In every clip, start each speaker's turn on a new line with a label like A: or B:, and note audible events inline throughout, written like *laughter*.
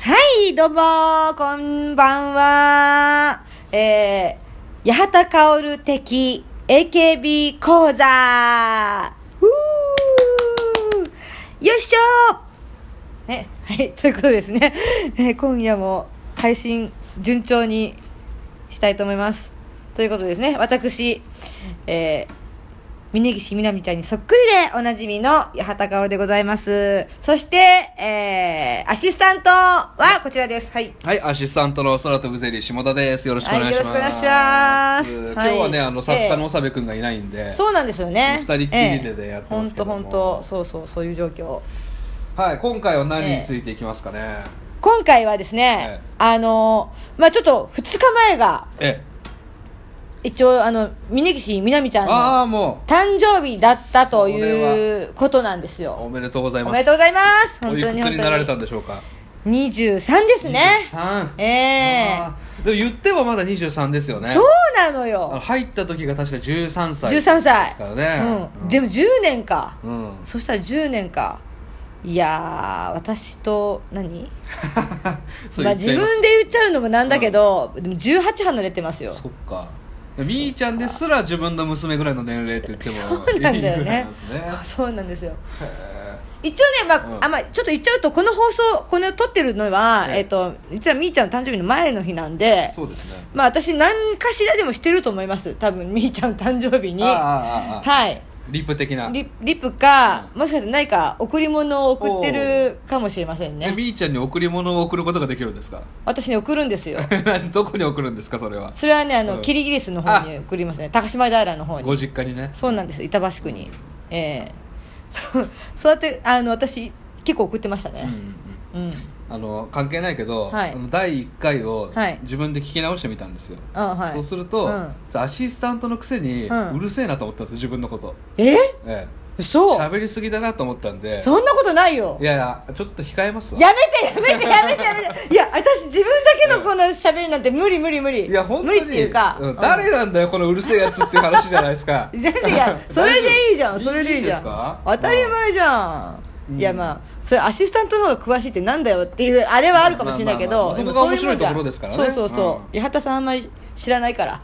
A: はい、どうも、こんばんは。えー、八幡薫的 AKB 講座。ふーよいしょね、はい、ということですね。えー今夜も配信順調にしたいと思います。ということですね、私、えー、峯岸みなみちゃんにそっくりでおなじみの八幡薫でございます。そして、えー、アシスタントはこちらです。はい。
B: はい、アシスタントの空飛ぶゼリー下田です。よろしくお願いします。
A: はいよろしくお願いします
B: 今日はね、
A: はい
B: あの作家の長部くんがいないんで、
A: そうなんですよね。
B: 二人っきりでねやってますけども
A: 本当本当そうそうそういう状況。
B: はい、今回は何についていきますかね。
A: 今回はですね、あのまあちょっと2日前が
B: ええ、
A: 一応あの峯岸みなみちゃん
B: ああ
A: の
B: も
A: 誕生日だったと
B: それ
A: いうことなんです
B: うお
A: よ。
B: めでとうござい
A: お
B: ます。
A: めでとうございます。
B: お
A: 本
B: い
A: 当
B: くつ
A: に本
B: になられた
A: 当
B: んでしょうか。
A: に。23ですね。
B: 三。
A: ええ
B: あーでも言ってもまだ二十三ですよね。
A: そうなの
B: あの
A: よ。
B: 入った時が確か十三歳。
A: 13
B: で
A: 歳
B: すからね。
A: うん、でも10年か、
B: うん。うん。
A: そしたら10年かいやー私と何
B: そう
A: まあ
B: 言っ
A: 自
B: ちゃい
A: 分
B: ます
A: で言っちゃうのもなんだけど、でも18離れてますよ
B: そっかみーちゃんですら自分の娘ぐらいの年齢って言っても
A: そうなんだ
B: いい
A: よ
B: ぐら
A: ね
B: いなんですね
A: そうなんですよ
B: へ
A: 一応ね、まあ
B: うん
A: あまあ、ちょっと言っちゃうとこの放送この撮ってるのは、
B: ええ
A: えっと実はみーちゃんの誕生日の前の日なん
B: え
A: で
B: そうですね
A: まあ私何かしらでもしてると思います多分みーちゃんの誕生日に
B: ああ
A: は
B: ああああ
A: い
B: リップ的な
A: リリップか、もしかして何か贈り物を送ってるかもしれません
B: え
A: ね
B: みーちゃんに贈り物を贈ることができるんですか *laughs*
A: 私に送るんですよ
B: どこに贈るんですかそれは
A: それはねあの、
B: うん
A: キリギリスの方に送りますね高島平の方に
B: ご実家にね
A: そうなんです板橋区に、ええ *laughs* そうやってあの私結構送ってました
B: うんうんう
A: ね
B: ん
A: うん、
B: あの関係ないけど、
A: はい
B: あの第1回を
A: はい
B: 自分で聞き直してみたんですよ、
A: あはい
B: そうすると、
A: うん
B: アシスタントのくせに、
A: う
B: うんるせえなと思ったんです自分のこと
A: え
B: ええ
A: 嘘
B: 喋りすぎだなと思ったんで
A: そんなことないよ
B: いやいやちょっと控えますわ
A: やめてやめてやめてやめていや私自分だけのこの喋りなんて無理無理無理
B: いや本当
A: 無
B: に
A: 理っていうか、
B: ん誰なんだよこのうるせえやつっていう話じゃないで
A: *laughs*
B: すか
A: 全然いやそれでいいじゃんそれでいいじゃん
B: いいんですか
A: 当たり前じゃん、
B: うん
A: いやまあそれアシスタントの方が詳しいってなんだよっていうあれはあるかもしれないけど、
B: まあまあまあ
A: でも
B: そこが
A: ううもんじゃん
B: 面白いところですからね
A: そうそうそう、八幡さんあんまり知らないから、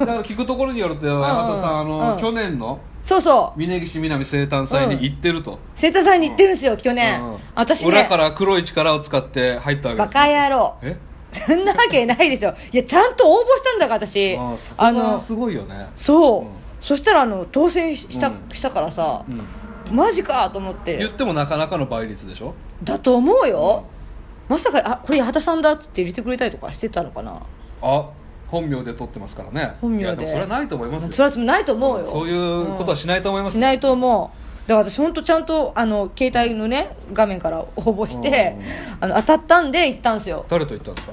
B: だから聞くところによると山田さんあ
A: うん
B: の、
A: うん
B: 去年の
A: そうそう
B: 峯岸みなみ生誕祭に行ってると、
A: 瀬田さんに言ってるんですよ、去年、
B: うん
A: 私ね
B: 裏から黒い力を使って入ったわけ
A: バ
B: ですよ
A: カ野郎
B: え
A: そんなわけないでしょいやちゃんと応募したんだから私
B: あそこ
A: あ
B: が
A: の
B: すごいよね
A: そう、
B: うん
A: そしたらあの当選した,、
B: うん
A: したからさ
B: う、ん
A: マジかと思っ
B: 言っててもなかなかの倍率でしょ
A: だと思うよ、まさかあこれ八幡さんだっつって入れてくれたりとかしてたのかな
B: あ本名で取ってますからね
A: 本名で
B: いやでもそれはないと思います
A: そ
B: よ
A: れはないと思うよ
B: そういうことはしないと思います
A: しないと思うだから私本当ちゃんとあの携帯のね画面から応募してあの当たったんで行ったんですよ
B: 誰と行ったんです
A: *laughs*
B: か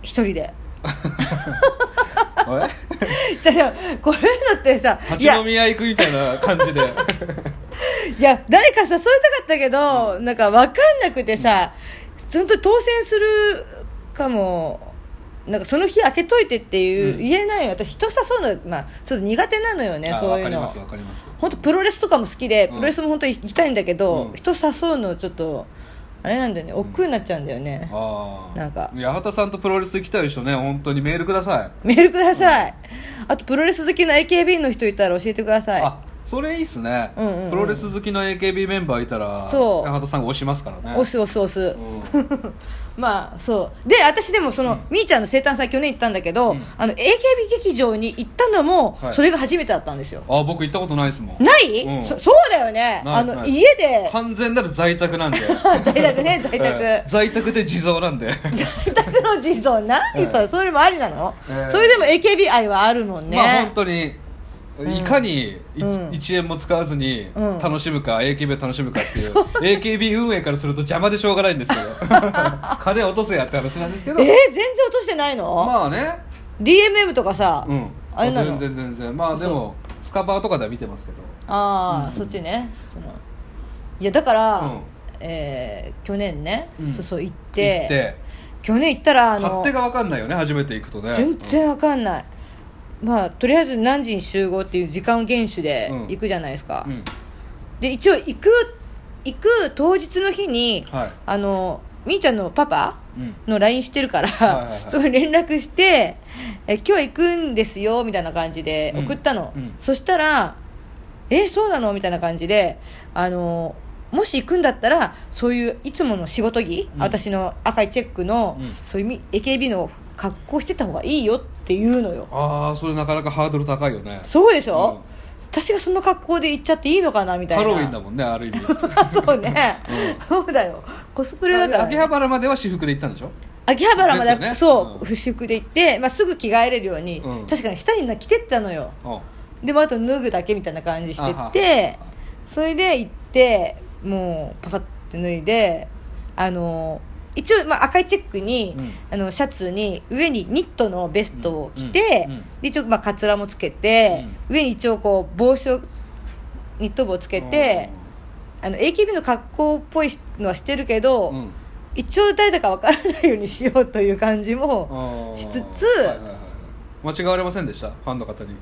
A: 一人で *laughs*
B: え
A: じゃあこういうのってさ
B: 立
A: い
B: ち
A: や
B: 飲み屋行くみたいな感じで
A: いや誰か誘いたかったけど、なんか分かんなくてさ本当に当選するかもなんかその日開けといてっていう、
B: うん
A: 言えないよ私人誘うの、まあ、ちょっと苦手なの *laughs* よね
B: あ
A: そういう
B: わかり
A: の
B: ますわかります
A: 本当プロレスとかも好きで
B: うん
A: プロレスも本当に行きたいんだけど、
B: うん
A: 人誘うのちょっとあれなんだよね億劫になっちゃうんだよね、
B: ああ
A: なんか
B: 八幡さんとプロレス行きたい人ね本当にメールくださ
A: メールください、あとプロレス好きの AKB の人いたら教えてくだ
B: い、
A: さい
B: あそれいいっすね、
A: うんうんうん
B: プロレス好きの AKB メンバーいたら
A: そう
B: 八幡さんが押しますからね
A: 押す押す押す、
B: うん
A: まあそうで私でもその、
B: うん
A: みーちゃんの生誕祭去年行ったんだけど、
B: うん
A: あの AKB 劇場に行ったのも、
B: はい
A: それが初めてだったんですよ
B: あ僕行ったことないですもん
A: ない、
B: うん
A: そそうだよね
B: ない
A: あ
B: です
A: の
B: ないです
A: 家で *laughs*
B: 完全なる在宅なんで
A: 在宅
B: *laughs*
A: ね在宅、
B: えー在宅で地蔵なんで
A: 在宅の地蔵何それ、それもありなの、
B: ええ
A: それでも AKB 愛はあるもんね、
B: *laughs* まあ本当にいかに
A: うん
B: 1, 円も使わずに
A: うん
B: 楽しむか、AKB を楽しむかっていう AKB 運営からすると邪魔でしょうがない
A: *laughs*
B: んですけど金落とせやって話なんですけど
A: えー、全然落としてないの、
B: まあね
A: DMM とかさ、
B: うん
A: あれなの
B: 全然全然まあでもスカパーとかでは見てますけど
A: ああ、そっちねそのいやだから、
B: うん
A: えー去年ね、
B: うん
A: そうそう行って
B: 行って
A: 去年行ったらあ
B: 勝
A: の
B: 手が分かんないよね初めて行くとね
A: 全然わかんない、まあとりあえず何時に集合っていう時間厳守で
B: うん
A: 行くじゃないですか、
B: うんうん
A: で一応行く行く当日の日に、
B: はい
A: あのみーちゃんのパパ
B: うん
A: の LINE してるから、
B: はいはいはい
A: そこに連絡してえ「今日行くんですよ」みたいな感じで
B: うん
A: 送ったの、
B: うん
A: そしたら「えそうなの?」みたいな感じであのもし行くんだったらそういういつもの仕事着、
B: うん
A: 私の赤いチェックの、
B: うん
A: そういうみ AKB の格好してた方がいいよって言うのよ
B: ああそれなかなかハードル高いよね
A: そうでしょ、
B: う
A: 私がその格好で行っちゃっていいのかなみたいな
B: ハロウィンだもんねある意味
A: *laughs* そうね、そうだよコスプレだから、
B: 秋葉原までは私服で行ったんでしょ
A: 秋葉原まで
B: ですよね
A: そう、
B: うん
A: 不織で行って、まあ、すぐ着替えれるように、
B: うん
A: 確かに下にな着てったのよ
B: うん
A: でもあと脱ぐだけみたいな感じして
B: あは
A: ってそれで行ってもうパパって脱いであの一応、まあ、赤いチェックに、
B: うん
A: あのシャツに上にニットのベストを着て、
B: うんうんうん
A: で一応、まあ、かつらもつけて、上に一応こう帽子をニット帽をつけて、あの AKB の格好っぽいのはしてるけど、
B: うんうん
A: 一応誰だかわからないようにしようという感じ
B: あ
A: も
B: ー
A: しつつ
B: はいはいはい間違われませんでしたファンの方に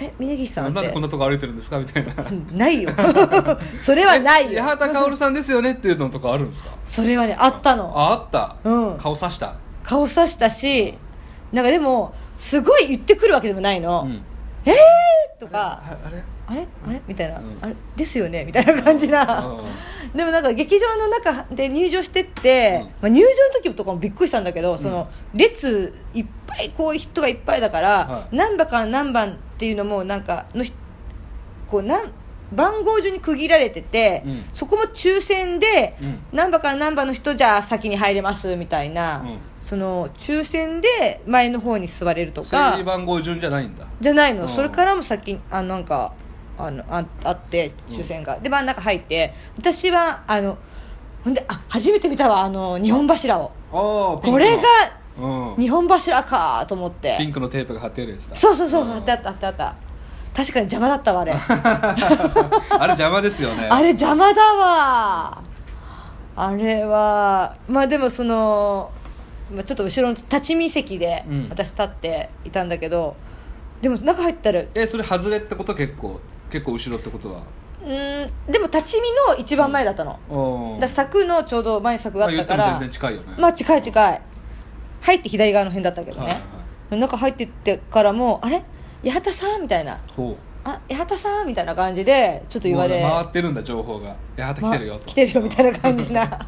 A: え峯岸さん
B: な
A: っ
B: ん
A: て
B: でこんなとこ歩いてるんですかみたいな
A: ないよ *laughs* それはない
B: え
A: よ
B: 八幡薫さんですよねっていうのとかあるんですか
A: それはねあったの
B: ああった、
A: うん
B: 顔さした
A: 顔さしたしなんかでもすごい言ってくるわけでもないの、
B: うん
A: とか
B: ああれ
A: あれあれみたいな、
B: うん
A: あれですよねみたいな感じな、
B: うん
A: *laughs* でもなんか劇場の中で入場してって、まあ、入場の時とかもびっくりしたんだけどその列いっぱいこう人がいっぱいだから、
B: はい
A: 何番から何番っていうのもなんかのひこうなん番号順に区切られてて、
B: うん
A: そこも抽選で、
B: うん
A: 何番から何番の人じゃあ先に入れますみたいな、
B: うん
A: その抽選で前の方に座れると
B: 整
A: か
B: 理番号順じゃないんだ
A: じゃないの、
B: うん
A: それからも先にあなんかあのああって抽選が、で真ん中入って私はあのほんであ初めて見たわあの日本柱を
B: ああ
A: これが
B: うん
A: 日本柱かと思って
B: ピンクのテープが貼ってあるやつだ
A: そうそうそう、
B: ん
A: あったあったあったあった確かに邪魔だったわあれあ
B: あれ邪魔ですよね
A: れ邪魔だわあれはまあでもそのまあちょっと後ろの立ち見席で
B: うん
A: 私立っていたんだけど、でも中入ったら
B: えそれ外れってこと結構結構後ろってことは
A: うんでも立ち見の一番前だったの、
B: うん
A: だから柵のちょうど前に柵があったか
B: まあ言っても
A: ら
B: 全然近いよね
A: まあ近い近い入って左側の辺だったけどね、
B: はいはい
A: 中入ってってからも「あれ八幡さん?」みたいな
B: ほう
A: 「あ八幡さん?」みたいな感じでちょっと言われ
B: もう回ってるんだ情報が「八幡来てるよ」
A: ま
B: と
A: 来てるよみたいな感
B: *laughs*
A: じな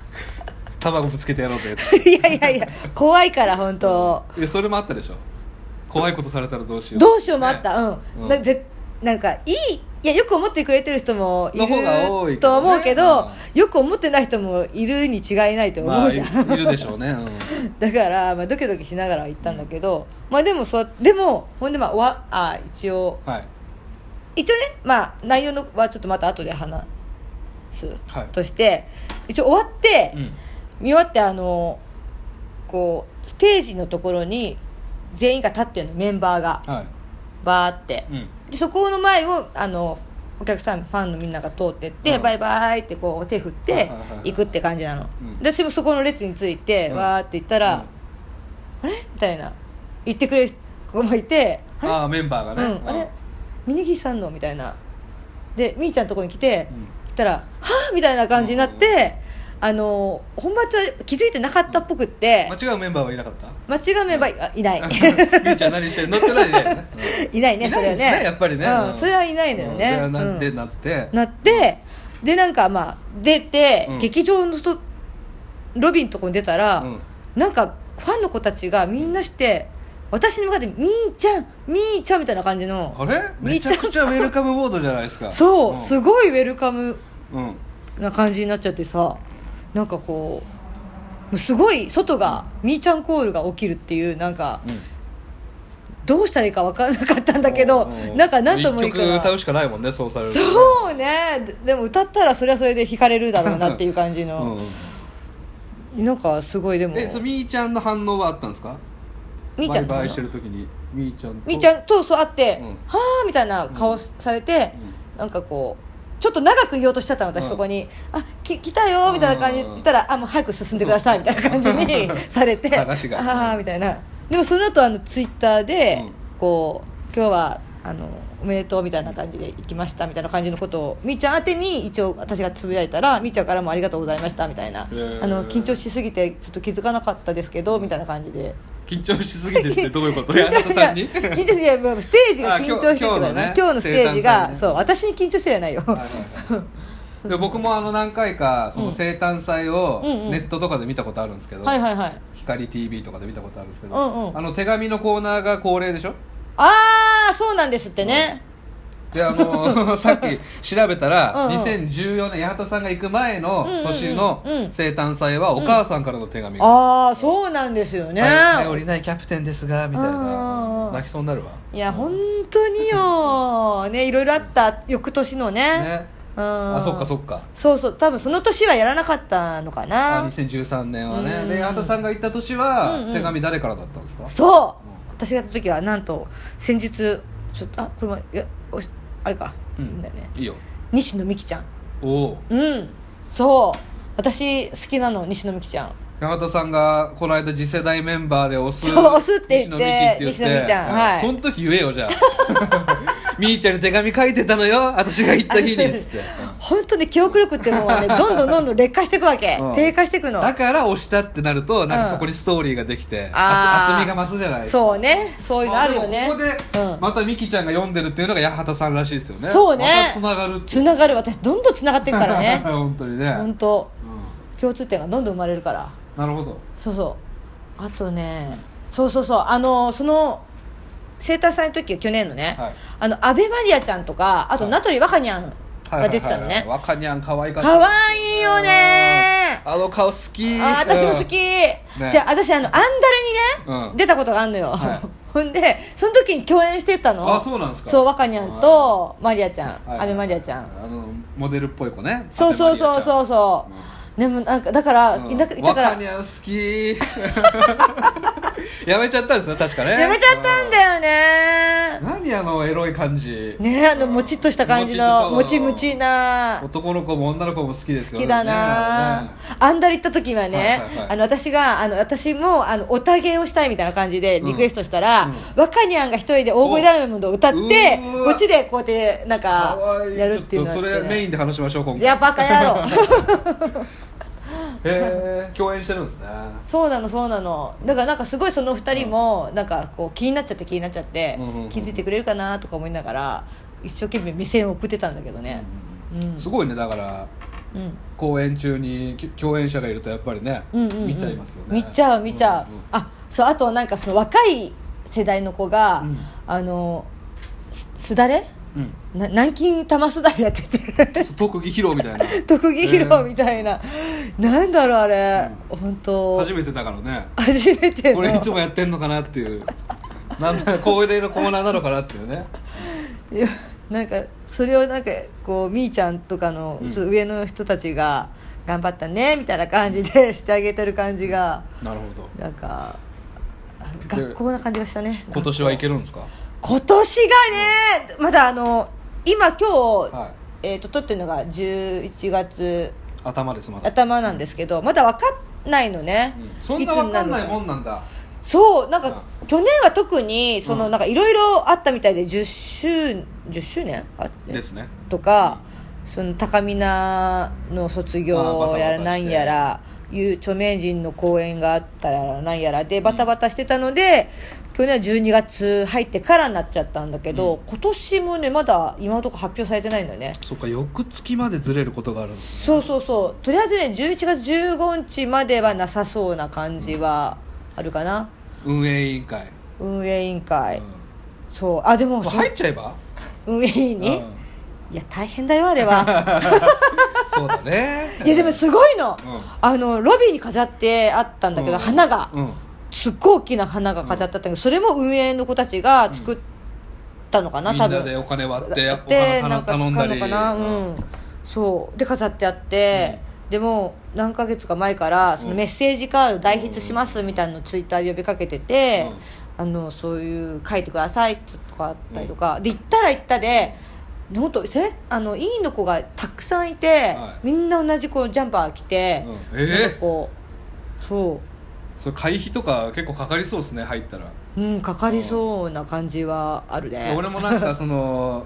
B: タバコぶつけてやろうぜ
A: いやいやいや怖いから本当、
B: いやそれもあったでしょ怖いことされたらどうしよう
A: どうしようもあっ
B: ね
A: た、うん、
B: うん
A: だぜなんかいいいやよく思ってくれてる人もい
B: の方が多
A: る
B: い
A: と
B: からね
A: 思うけど、よく思ってない人もいるに違いないと
B: ま
A: 思
B: あ
A: う
B: い
A: じゃん、
B: いるでしょう
A: *laughs*
B: ねうん
A: だから、まあ、ドキドキしながら行ったんだけど、まあでもそうでもほんでまあおわあ一応
B: はい
A: 一応ねまあ内容のはちょっとまた後で話す、
B: はい
A: として一応終わって、
B: うん
A: 見終わってあのこうステージのところに全員が立ってるのメンバーが
B: はい
A: バーって、
B: うん
A: でそこの前をあのお客さんファンのみんなが通ってって、
B: うん
A: バイバイってこう手振っ
B: はい
A: て
B: はいはいはい
A: 行くって感じなの、
B: うん
A: で私もそこの列について、
B: うん
A: わーって行ったら、あれみたいな言ってくれる子もいてあれ
B: ああメンバーがね
A: うん、あれ峯岸さんのみたいなでみーちゃんのとこに来て、
B: うん
A: 来たら「はあ」みたいな感じになって、あの本番中は気づいてなかったっぽくって、
B: 間違うメンバーはいなかった
A: 間違めばいあいない
B: *laughs* みーちゃん何してる乗ってないね
A: *laughs* いないねそれはね
B: いないですねやっぱりね
A: うん
B: うん
A: それはいないのよね、
B: うんじゃあなんで
A: うん
B: なって
A: なってでなんかまあ出て、
B: うん
A: 劇場のとロビーのとこに出たら、
B: うん
A: なんかファンの子たちがみんなして私に向かって「みーちゃんみーちゃん」みたいな感じの
B: あれ
A: み
B: め
A: ーち
B: ち
A: ゃん
B: ゃくちゃウェルカムボードじゃないですか
A: そう、
B: ん
A: すごいウェルカム
B: うん
A: な感じになっちゃってさなんかこうもうすごい外がみーちゃんコールが起きるっていうなんか
B: うん
A: どうしたらいいか分からなかったんだけど
B: う
A: なんか何ともいいか
B: 一曲
A: ら
B: 歌うしかないもんねそうされるとね
A: そうねででも歌ったらそれはそれで惹かれるだろうなっていう感じ
B: うん
A: の、
B: うん
A: なんかすごいでも
B: えそのみーちゃんの反応はあったんですか
A: みーちゃん
B: バイバイしてる時にみーちゃんと
A: みーちゃんとそう会って
B: うん
A: 「はあ」みたいな顔されて、なんかこうちょっと長く言おうとしちゃったの私
B: うん
A: そこに「あき来たよ」みたいな感じで
B: うん
A: 言ったら「あもう早く進んでください」みたいな感じにされて「
B: 探しが
A: ああ」みたいなでもその後あのツイッターで、
B: うん
A: こう今日はあのおめでとうみたいな感じで行きましたみたいな感じのことをみーちゃん宛てに一応私がつぶやいたらみーちゃんからもありがとうございましたみたいなあ
B: ー
A: の緊張しすぎてちょっと気づかなかったですけどみたいな感じで
B: 緊張しすぎてってど *laughs* ういうこと
A: 緊
B: や
A: 張
B: あなた
A: し *laughs*
B: さんに
A: 緊張しいやもうステージが
B: あ
A: 緊
B: 今
A: 張
B: 日
A: してるとかね今
B: 今日のね
A: 日のステージが、
B: 生誕祭ね
A: そう私に緊張してじゃないよ、
B: はいはいはいで僕もあの何回かその生誕祭を
A: うんうん
B: ネットとかで見たことあるんですけど、
A: はいはいはい
B: 光 TV とかで見たことあるんですけど、
A: うんうん
B: あの手紙のコーナーが恒例でしょ
A: ああそうなんですってね、
B: であ
A: *laughs*
B: のさっき調べたら
A: うんうん
B: 2014年八幡さんが行く前の年の
A: うんうんうんうん
B: 生誕祭はお母さんからの手紙が
A: ああそうなんですよ
B: 「
A: ね、
B: 頼りないキャプテンですが」みたい
A: うんうんう
B: なん泣きそうになるわ
A: いや本当に
B: *laughs*
A: よねいろいろあった翌年のね
B: ね
A: うん
B: あそっかそっか
A: そうそう多分その年はやらなかったのか
B: あ
A: な
B: 2013年は
A: う
B: ね
A: ん
B: で八幡さんが行った年
A: うんう
B: は
A: ん
B: 手紙誰からだったんですか
A: そう私がやった時はなんと先日ちょっとあこれもいやおしあれか、
B: うん
A: いいんだよね
B: いいよ
A: 西野美紀ちゃん
B: おお
A: うんそう私好きなの西野美紀ちゃん
B: 八幡さんがこの間次世代メンバーで押す
A: そう押すって言って
B: 西野美紀って言って
A: 西野美紀ちゃんはい
B: その時言えよじゃあ *laughs* みーちゃんに手紙書いてたのよ私が行った日にっつって
A: *laughs* 本当に記憶力ってもう
B: *laughs*
A: ねどんどんどんどん劣化していくわけ、
B: うん
A: 低下していくの
B: だから押したってなるとなん
A: う
B: か
A: ん
B: そこにストーリーができて、
A: あ
B: 厚
A: ー
B: 厚みが増すじゃないですか
A: そうねそういうのあるよ
B: ま
A: ね
B: でもここで、
A: うん
B: またみきちゃんが読んでるっていうのが八幡さんらしいですよね
A: そうね
B: またつながるって
A: つながる私どんどんつながっていくからね
B: *laughs* 本当にね、うん
A: 本当共通点がどんどん生まれるから
B: なるほど
A: そうそうあとねそうそうそうあのその生誕祭の時去年のね、
B: はい
A: あの阿部マリアちゃんとかあと
B: はい
A: 名取若にゃんが出てたのね
B: 若にゃん可愛かった
A: 可愛いよね
B: あの顔好き
A: あ私も好き、じゃあ私あのアンダレにね、
B: うん
A: 出たことがあるのよ、
B: はい
A: *laughs* ほんでその時に共演してたの
B: あそうなんですか
A: そう若にゃんとマリアちゃん
B: はい
A: 阿部マリアちゃん
B: あのモデルっぽい子ね
A: そうそうそう
B: う
A: そうそう、でもなんかだから、いなくだから
B: 若にゃん好
A: *laughs*
B: きやめちゃったんですよ確かね
A: やめちゃったんだよね
B: 何あのエロい感じ
A: ねあのもちっとした感じのも
B: もち
A: ち
B: っとそう
A: むちな
B: 男の子も女の子も好きです
A: 好
B: よ
A: きだなあんだり行った時はね
B: はいはいはい
A: あの私があの私もあのおたげをしたいみたいな感じでリクエストしたら、
B: うんうん
A: 若にゃんが一人で大声ダイヤモンドを歌って
B: おうわ
A: こっちでこうやってなん
B: か
A: か
B: わいい
A: やるっていうの
B: ちょっと
A: や
B: そ
A: って
B: れ
A: ね
B: メインで話しましょう今
A: いや
B: 回
A: バカ
B: *laughs*
A: 野郎
B: へえ共演してるんですね
A: そうなのそうなのだからなんかすごいその二人もなんかこう気になっちゃって気になっちゃって、
B: うんうんうん
A: 気づいてくれるかなとか思いながら一生懸命目線を送ってたんだけどねうん
B: すごいねだから
A: うん
B: 公演中にき共演者がいるとやっぱりね
A: うんうんうん
B: 見ちゃいますよね
A: 見ちゃう見ちゃう、
B: んん
A: あそうあとなんかその若い世代の子が、
B: うん
A: あのすすだれ
B: うん
A: な南京玉すだれやって *laughs* て
B: 特技披露みたいな
A: 特技披露みたいな、なんだろうあれ、本当
B: 初めてだからね
A: 初めての
B: これいつもやってんのかなっていうなんだ恒例のコーナーなのかなっていうね
A: いやなんかそれをなんかこうみーちゃんとかの、
B: うん
A: その上の人たちが頑張ったねみたいな感じでしてあげてる感じが
B: なるほど
A: なんかあ
B: で
A: 学校な感じがしたね
B: 今年はいけるんですか
A: 今年がねまだあの今今日、
B: はい
A: えー、と撮ってるのが11月
B: 頭ですまだ
A: 頭なんですけどまだ分かんないのね、
B: うんそんなわかんないもんなんだ
A: そうなんか去年は特にその、
B: うん
A: なんかいろいろあったみたいで10周10周年あって
B: ですね
A: とかその高見菜の卒業やら
B: あーバタバタして
A: なんやらいう著名人の講演があったらなんやらでバタバタしてたので、去年は12月入ってからになっちゃったんだけど、
B: うん
A: 今年もねまだ今のところ発表されてないのよね
B: そっか翌月までずれることがあるんです
A: そうそうそうとりあえずね11月15日まではなさそうな感じはあるかな、
B: 運営委員会、
A: 運営委員会、
B: うん
A: そうあでも
B: もう
A: そう
B: 入っちゃえば
A: 運営委員に、
B: うん
A: いや大変だよあれは
B: *laughs* そうだね
A: いやでもすごいの、
B: うん
A: あのロビーに飾ってあったんだけど、
B: うん
A: 花が、
B: うん
A: すっごい大きな花が飾ってあったんだけど、それも運営の子たちが作ったのかな、
B: み
A: 多
B: ん
A: 分
B: なでお金割ってお
A: で
B: 花
A: なんか
B: 頼んだり
A: 買うのかなうん、そうで飾ってあって、でも何ヶ月か前からその
B: うん
A: メッセージカード代筆しますみたいなのをツイッターで呼びかけてて、あのそういう書いてくださいとかあったりとか、で行ったら行ったで本当せあの委員の子がたくさんいて、
B: はい
A: みんな同じこのジャンパー着て、
B: うん
A: なん
B: え
A: か
B: え
A: こうそう
B: それ会費とか結構かかりそうですね入ったら
A: うんかかりそうな感じはあるね
B: 俺もなんかその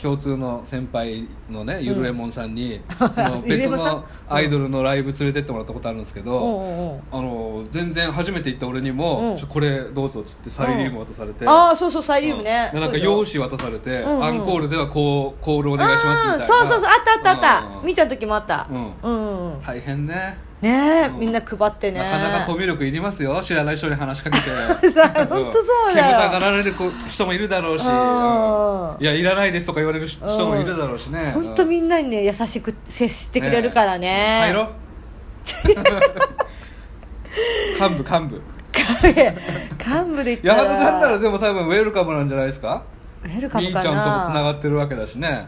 B: 共通の先輩のねゆるえもんさ
A: *laughs*
B: んに、その
A: ゆる
B: 別
A: えもんさん
B: のアイドルのライブ連れてってもらったことあるんですけど、
A: おうおうおう
B: あの全然初めて行った俺に
A: う
B: も
A: ん
B: 「ちょこれどうぞ」っつってサイリウム渡されて、
A: ああそうそうサイリウムね、
B: うんなんか
A: そ
B: 用
A: うそう
B: 紙渡されて、
A: うんうん
B: アンコールではこうコールお願いしますみたいな
A: うんそうそうそうあったあったあっ
B: うんうん
A: た
B: うん
A: みーちゃんの時もあった
B: うん
A: うん、うん、
B: 大変ね
A: ねえ、
B: うん
A: みんな配ってね
B: なかなかコミュ力いりますよ知らない人に話しかけて
A: *laughs* さ本当そうだよ
B: 煙たがられる子人もいるだろうし、
A: うん
B: うんいやいらないですとか言われる人もいるだろうしね
A: 本当
B: っ
A: みんなにね優しく接してくれるからね
B: 入ろ
A: *laughs*
B: う幹部幹部
A: 幹部で言
B: 矢
A: ったら
B: 作さんならでも多分ウェルカムなんじゃないですか
A: ウェル
B: み
A: カム
B: ーちゃ
A: か
B: んともつな
A: な
B: がってるわけだしね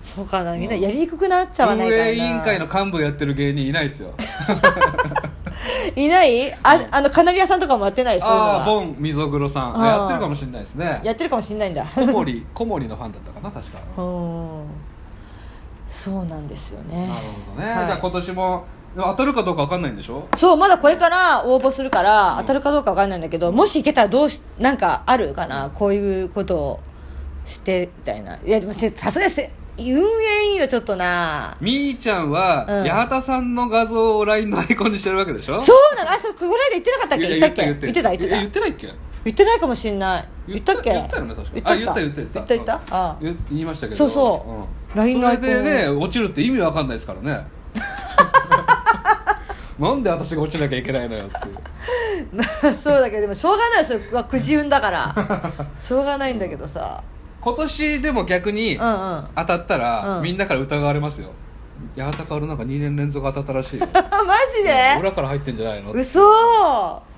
A: そうかなみんな
B: うん
A: やりにくくなっちゃわない
B: 運
A: かな
B: 営委員会の幹部やってる芸人いないですよ
A: いないああのカナリアさんとかもやってないそういうの
B: ああーボ
A: は
B: ン溝黒さん
A: あー
B: あやってるかもしれないですね
A: やってるかもしれないんだ *laughs*
B: 小森小森のファンだったかな確か
A: うんそうなんですよね
B: なるほどね、
A: はい
B: じゃあ今年もでも当たるかどうか分かんないんでしょ
A: そうまだこれから応募するから当たるかどうかわかんないんだけど、もし行けたらどうしなんかあるかなこういうことをしてみたいないやでもせさすがにせ運営委員はちょっとな
B: みーちゃんは、
A: うん
B: 八幡さんの画像を LINE のアイコンにしてるわけでしょ
A: そうなのあそうこぐらいで言ってなかったっけ
B: いや
A: 言
B: い
A: った
B: や
A: っけ言ってた言って
B: え
A: た
B: 言ってないっけ
A: 言ってないかもしんない言っ
B: 言ったた
A: っけ
B: 言ったよね確かに
A: 言
B: あ
A: った
B: 言
A: か
B: った言
A: 言っ
B: った言った
A: た言ったああ
B: 言言いましたけど
A: そうそうん LINE のアイコン
B: それでね落ちるって意味わかんないですから
A: *laughs*
B: ねなんで私が落ちなきゃいけないのよってい
A: *laughs*
B: う
A: そうだけどでもしょうがないですようわくじ運だから
B: *laughs*
A: しょうがないんだけどさ
B: 今年でも逆に、
A: うんうん
B: 当たったら、
A: うん
B: みんなから疑われますよ八幡薫なんか2年連続当たったらしいよ
A: あマジで
B: 裏から入ってんじゃないの
A: 嘘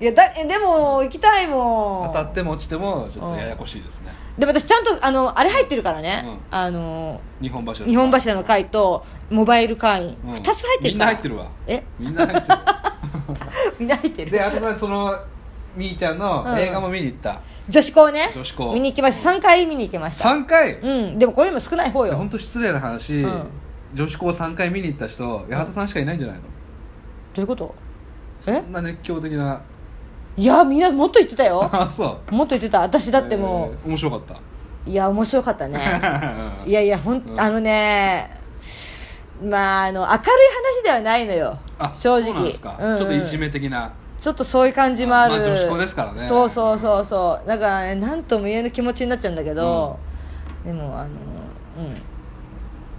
A: いやだえでも行きたいも
B: 当
A: ん
B: たっても落ちてもちょっとややこしいですね、
A: でも私ちゃんとあのあれ入ってるからね、
B: う
A: あの
B: 日本柱
A: 日本柱の会とモバイル会員、二2つ入って
B: み
A: る
B: ん
A: か
B: な
A: ら
B: 入ってるわ
A: え *laughs*
B: みんな入って
A: みんな入って *laughs*
B: るで
A: る
B: あとさそのみーちゃん
A: う
B: の
A: ん
B: 映画も見に行った、
A: 女子校ね
B: 女子校
A: 見に行きました3回見に行きました
B: 3回、
A: うんでもこれよりも少ない方よ
B: 本当失礼な話、
A: うん
B: 女子校3回見に行った人八幡さんしかいないんじゃないの、
A: どういうことえ
B: そんな熱狂的な
A: いやみんなもっと言ってたよ
B: あ *laughs* そ
A: もっと言ってた私
B: う
A: だっても
B: えー面白かった
A: う、いや面白かった
B: *laughs*
A: ねいや
B: や
A: いやほん、
B: うん
A: あのねまああの明るい話ではないのよ正直
B: そうなんですか、
A: うんうん
B: ちょっといじめ的な
A: ちょっとそういう感じもある、
B: まあ女子校ですからね
A: そうそうそうそうだからね何とも言えぬ気持ちになっちゃうんだけど、でもあのうん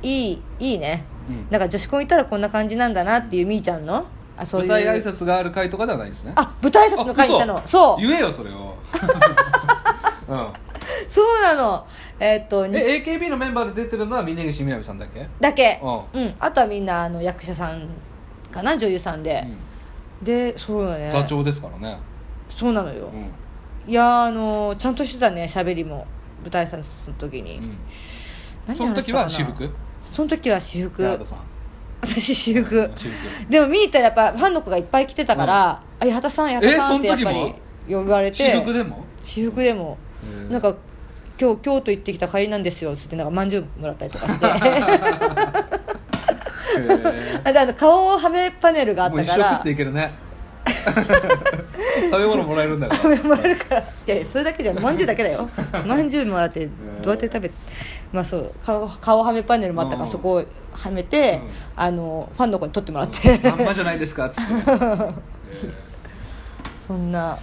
A: いいいいね、
B: うん
A: なんか女子校いたらこんな感じなんだなっていうみーちゃんのあそうい
B: 舞
A: う
B: 台挨拶がある会とかではないですね
A: あ舞台挨拶の会行ったの
B: あ
A: そ
B: 嘘
A: う
B: 言えよそれ
A: *laughs*
B: をうん
A: そうなのえっとに
B: え AKB のメンバーで出てるのは峯岸みなみさんだけ
A: だけ
B: う
A: うんあとはみんなあの役者さんかな女優さんで、でそうだね
B: 座長ですからね、
A: そうなのよ
B: う、ん
A: いやーあのーちゃんとしてたね喋りも舞台挨拶の時に、
B: うん、
A: 何
B: その時は私服
A: その時は私服
B: 矢田さん
A: 私私服
B: 私服
A: でも見に行ったらやっぱファンの子がいっぱい来てたから「あ八幡さん八幡さん」ってやっぱ
B: その
A: り
B: 時
A: 呼ばれて
B: 私服でも
A: 私服でもなんか今日京都行ってきた帰りなんですよっつってなんかまんじゅうもらったりとか
B: *laughs*
A: して
B: へー
A: あであの顔はめパネルがあっ
B: もう
A: た
B: 一
A: か
B: 生食
A: ら
B: *laughs* っていけ
A: *laughs*
B: るね食べ物もらえるんだから
A: 食べ物あるからいやいやそれだけじゃないまんじゅうだけだ
B: *laughs*
A: よまんじゅうもらってどうやって食べまあそう顔顔はめパネルもあったか
B: う
A: ら
B: ん
A: そこをはめて、
B: うん
A: あのファンの子に撮ってもらって
B: まんまじゃないです
A: *laughs*
B: かっつって、
A: そんな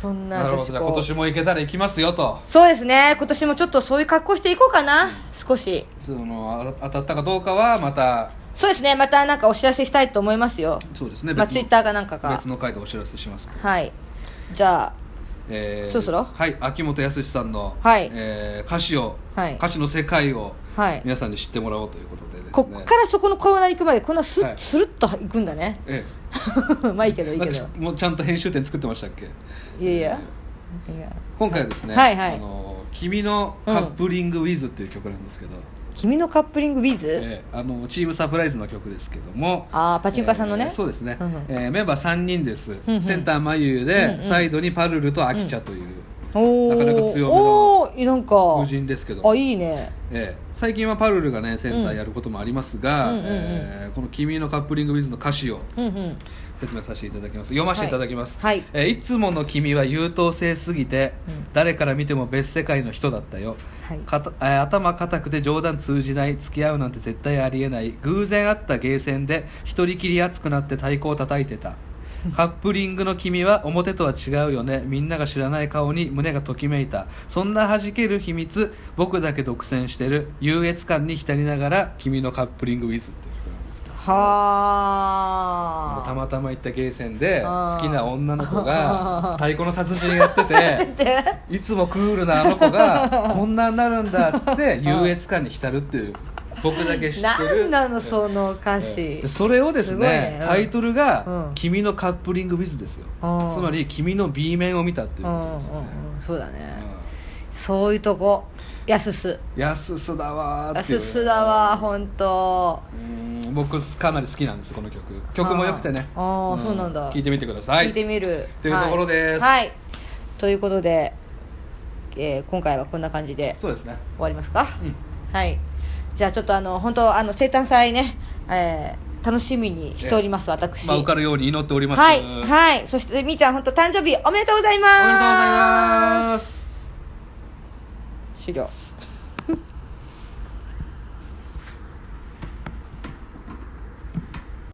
A: そんな
B: なる
A: 女
B: ほど
A: 子
B: じゃあ
A: 校
B: 今年も行けたら行きますよと
A: そうですね今年もちょっとそういう格好していこうかな少し
B: そのあ当たったかどうかはまた
A: そうですねまたなんかお知らせしたいと思いますよ
B: そうですね
A: まあ
B: 別の
A: Twitter かなんかか
B: 別の回でお知らせしますと
A: はいじゃ
B: えー
A: そろそろ
B: はい秋元康さんの、
A: はい
B: えー歌詞を、
A: はい
B: 歌詞の世界を
A: あはい
B: 皆さんに知ってもらおうということでですね
A: こっからそこのコーナー行くまでこんなス,、
B: はい
A: スルッと行くんだね *laughs*
B: え
A: まあいいけど
B: え
A: いい
B: な
A: け
B: んか
A: ど
B: もうちゃんと編集点作ってましたっけ
A: いやいやいや
B: 今回はですね、
A: はいはい
B: あの「君のカップリング・ウィズ」っていう曲なんですけど、
A: 君のカップリング with、
B: ええあのチームサプライズの曲ですけども
A: あーパチンコ屋さんのね
B: ええそうですね、
A: うんうん
B: ええメンバー3人です、
A: うんうん
B: センターまゆゆで、
A: うんうん
B: サイドにパルルとアキチャという、
A: お
B: なかなか強めの
A: おーなんか
B: 無人ですけど
A: あいいね
B: ええ最近はパルルがねセンターやることもありますが、
A: うんうんうんうん
B: えーこの「君のカップリング・ウィズ」の歌詞を
A: うんうん
B: 説明させていただきます読ませていただきます、
A: はいはい
B: えーいつもの君は優等生すぎて、
A: うん
B: 誰から見ても別世界の人だったよ
A: はい
B: かたえー頭固くて冗談通じない付き合うなんて絶対ありえない偶然会ったゲーセンで一人きり熱くなって太鼓を叩いて
A: *laughs*
B: たカップリングの君は表とは違うよねみんなが知らない顔に胸がときめいたそんな弾ける秘密僕だけ独占してる優越感に浸りながら君のカップリングウィズっていう曲なんですけど
A: はあ
B: たまたま行ったゲーセンで
A: あー
B: 好きな女の
A: *laughs*
B: 子が太鼓の達人やってていつもクールなあの子が *laughs* こんなになるんだっ
A: *laughs*
B: つって優越感に浸るっていう僕だけ知って
A: な
B: る
A: んなのその歌詞
B: でそれをです
A: すご
B: ね
A: いねうん
B: タイトルが
A: うん
B: 「君のカップリング・ウィズ」ですよ
A: あー
B: つまり君の B 面を見たっていう
A: う
B: こと
A: ん
B: ですよね
A: うんうんそうだねそういうとこやすす
B: うん安すだわー
A: や
B: っていう
A: すすだわ本当
B: うん僕かなり好きなんですこの曲曲も良くてね
A: あーあーそうなんだ
B: 聴いてみてください
A: 聞いてみる
B: というところです
A: はい、はいということで、えー今回はこんな感じで終
B: そうですね
A: わりますか、
B: うん
A: はいじゃあちょっとあの本当あの生誕祭ね、えー楽しみにしております私、
B: まあ、受かるように祈っております。
A: はい
B: おめでとうござい
A: はいそしてみーちゃん本当誕生日おめでとうございます
B: ます。
A: 終了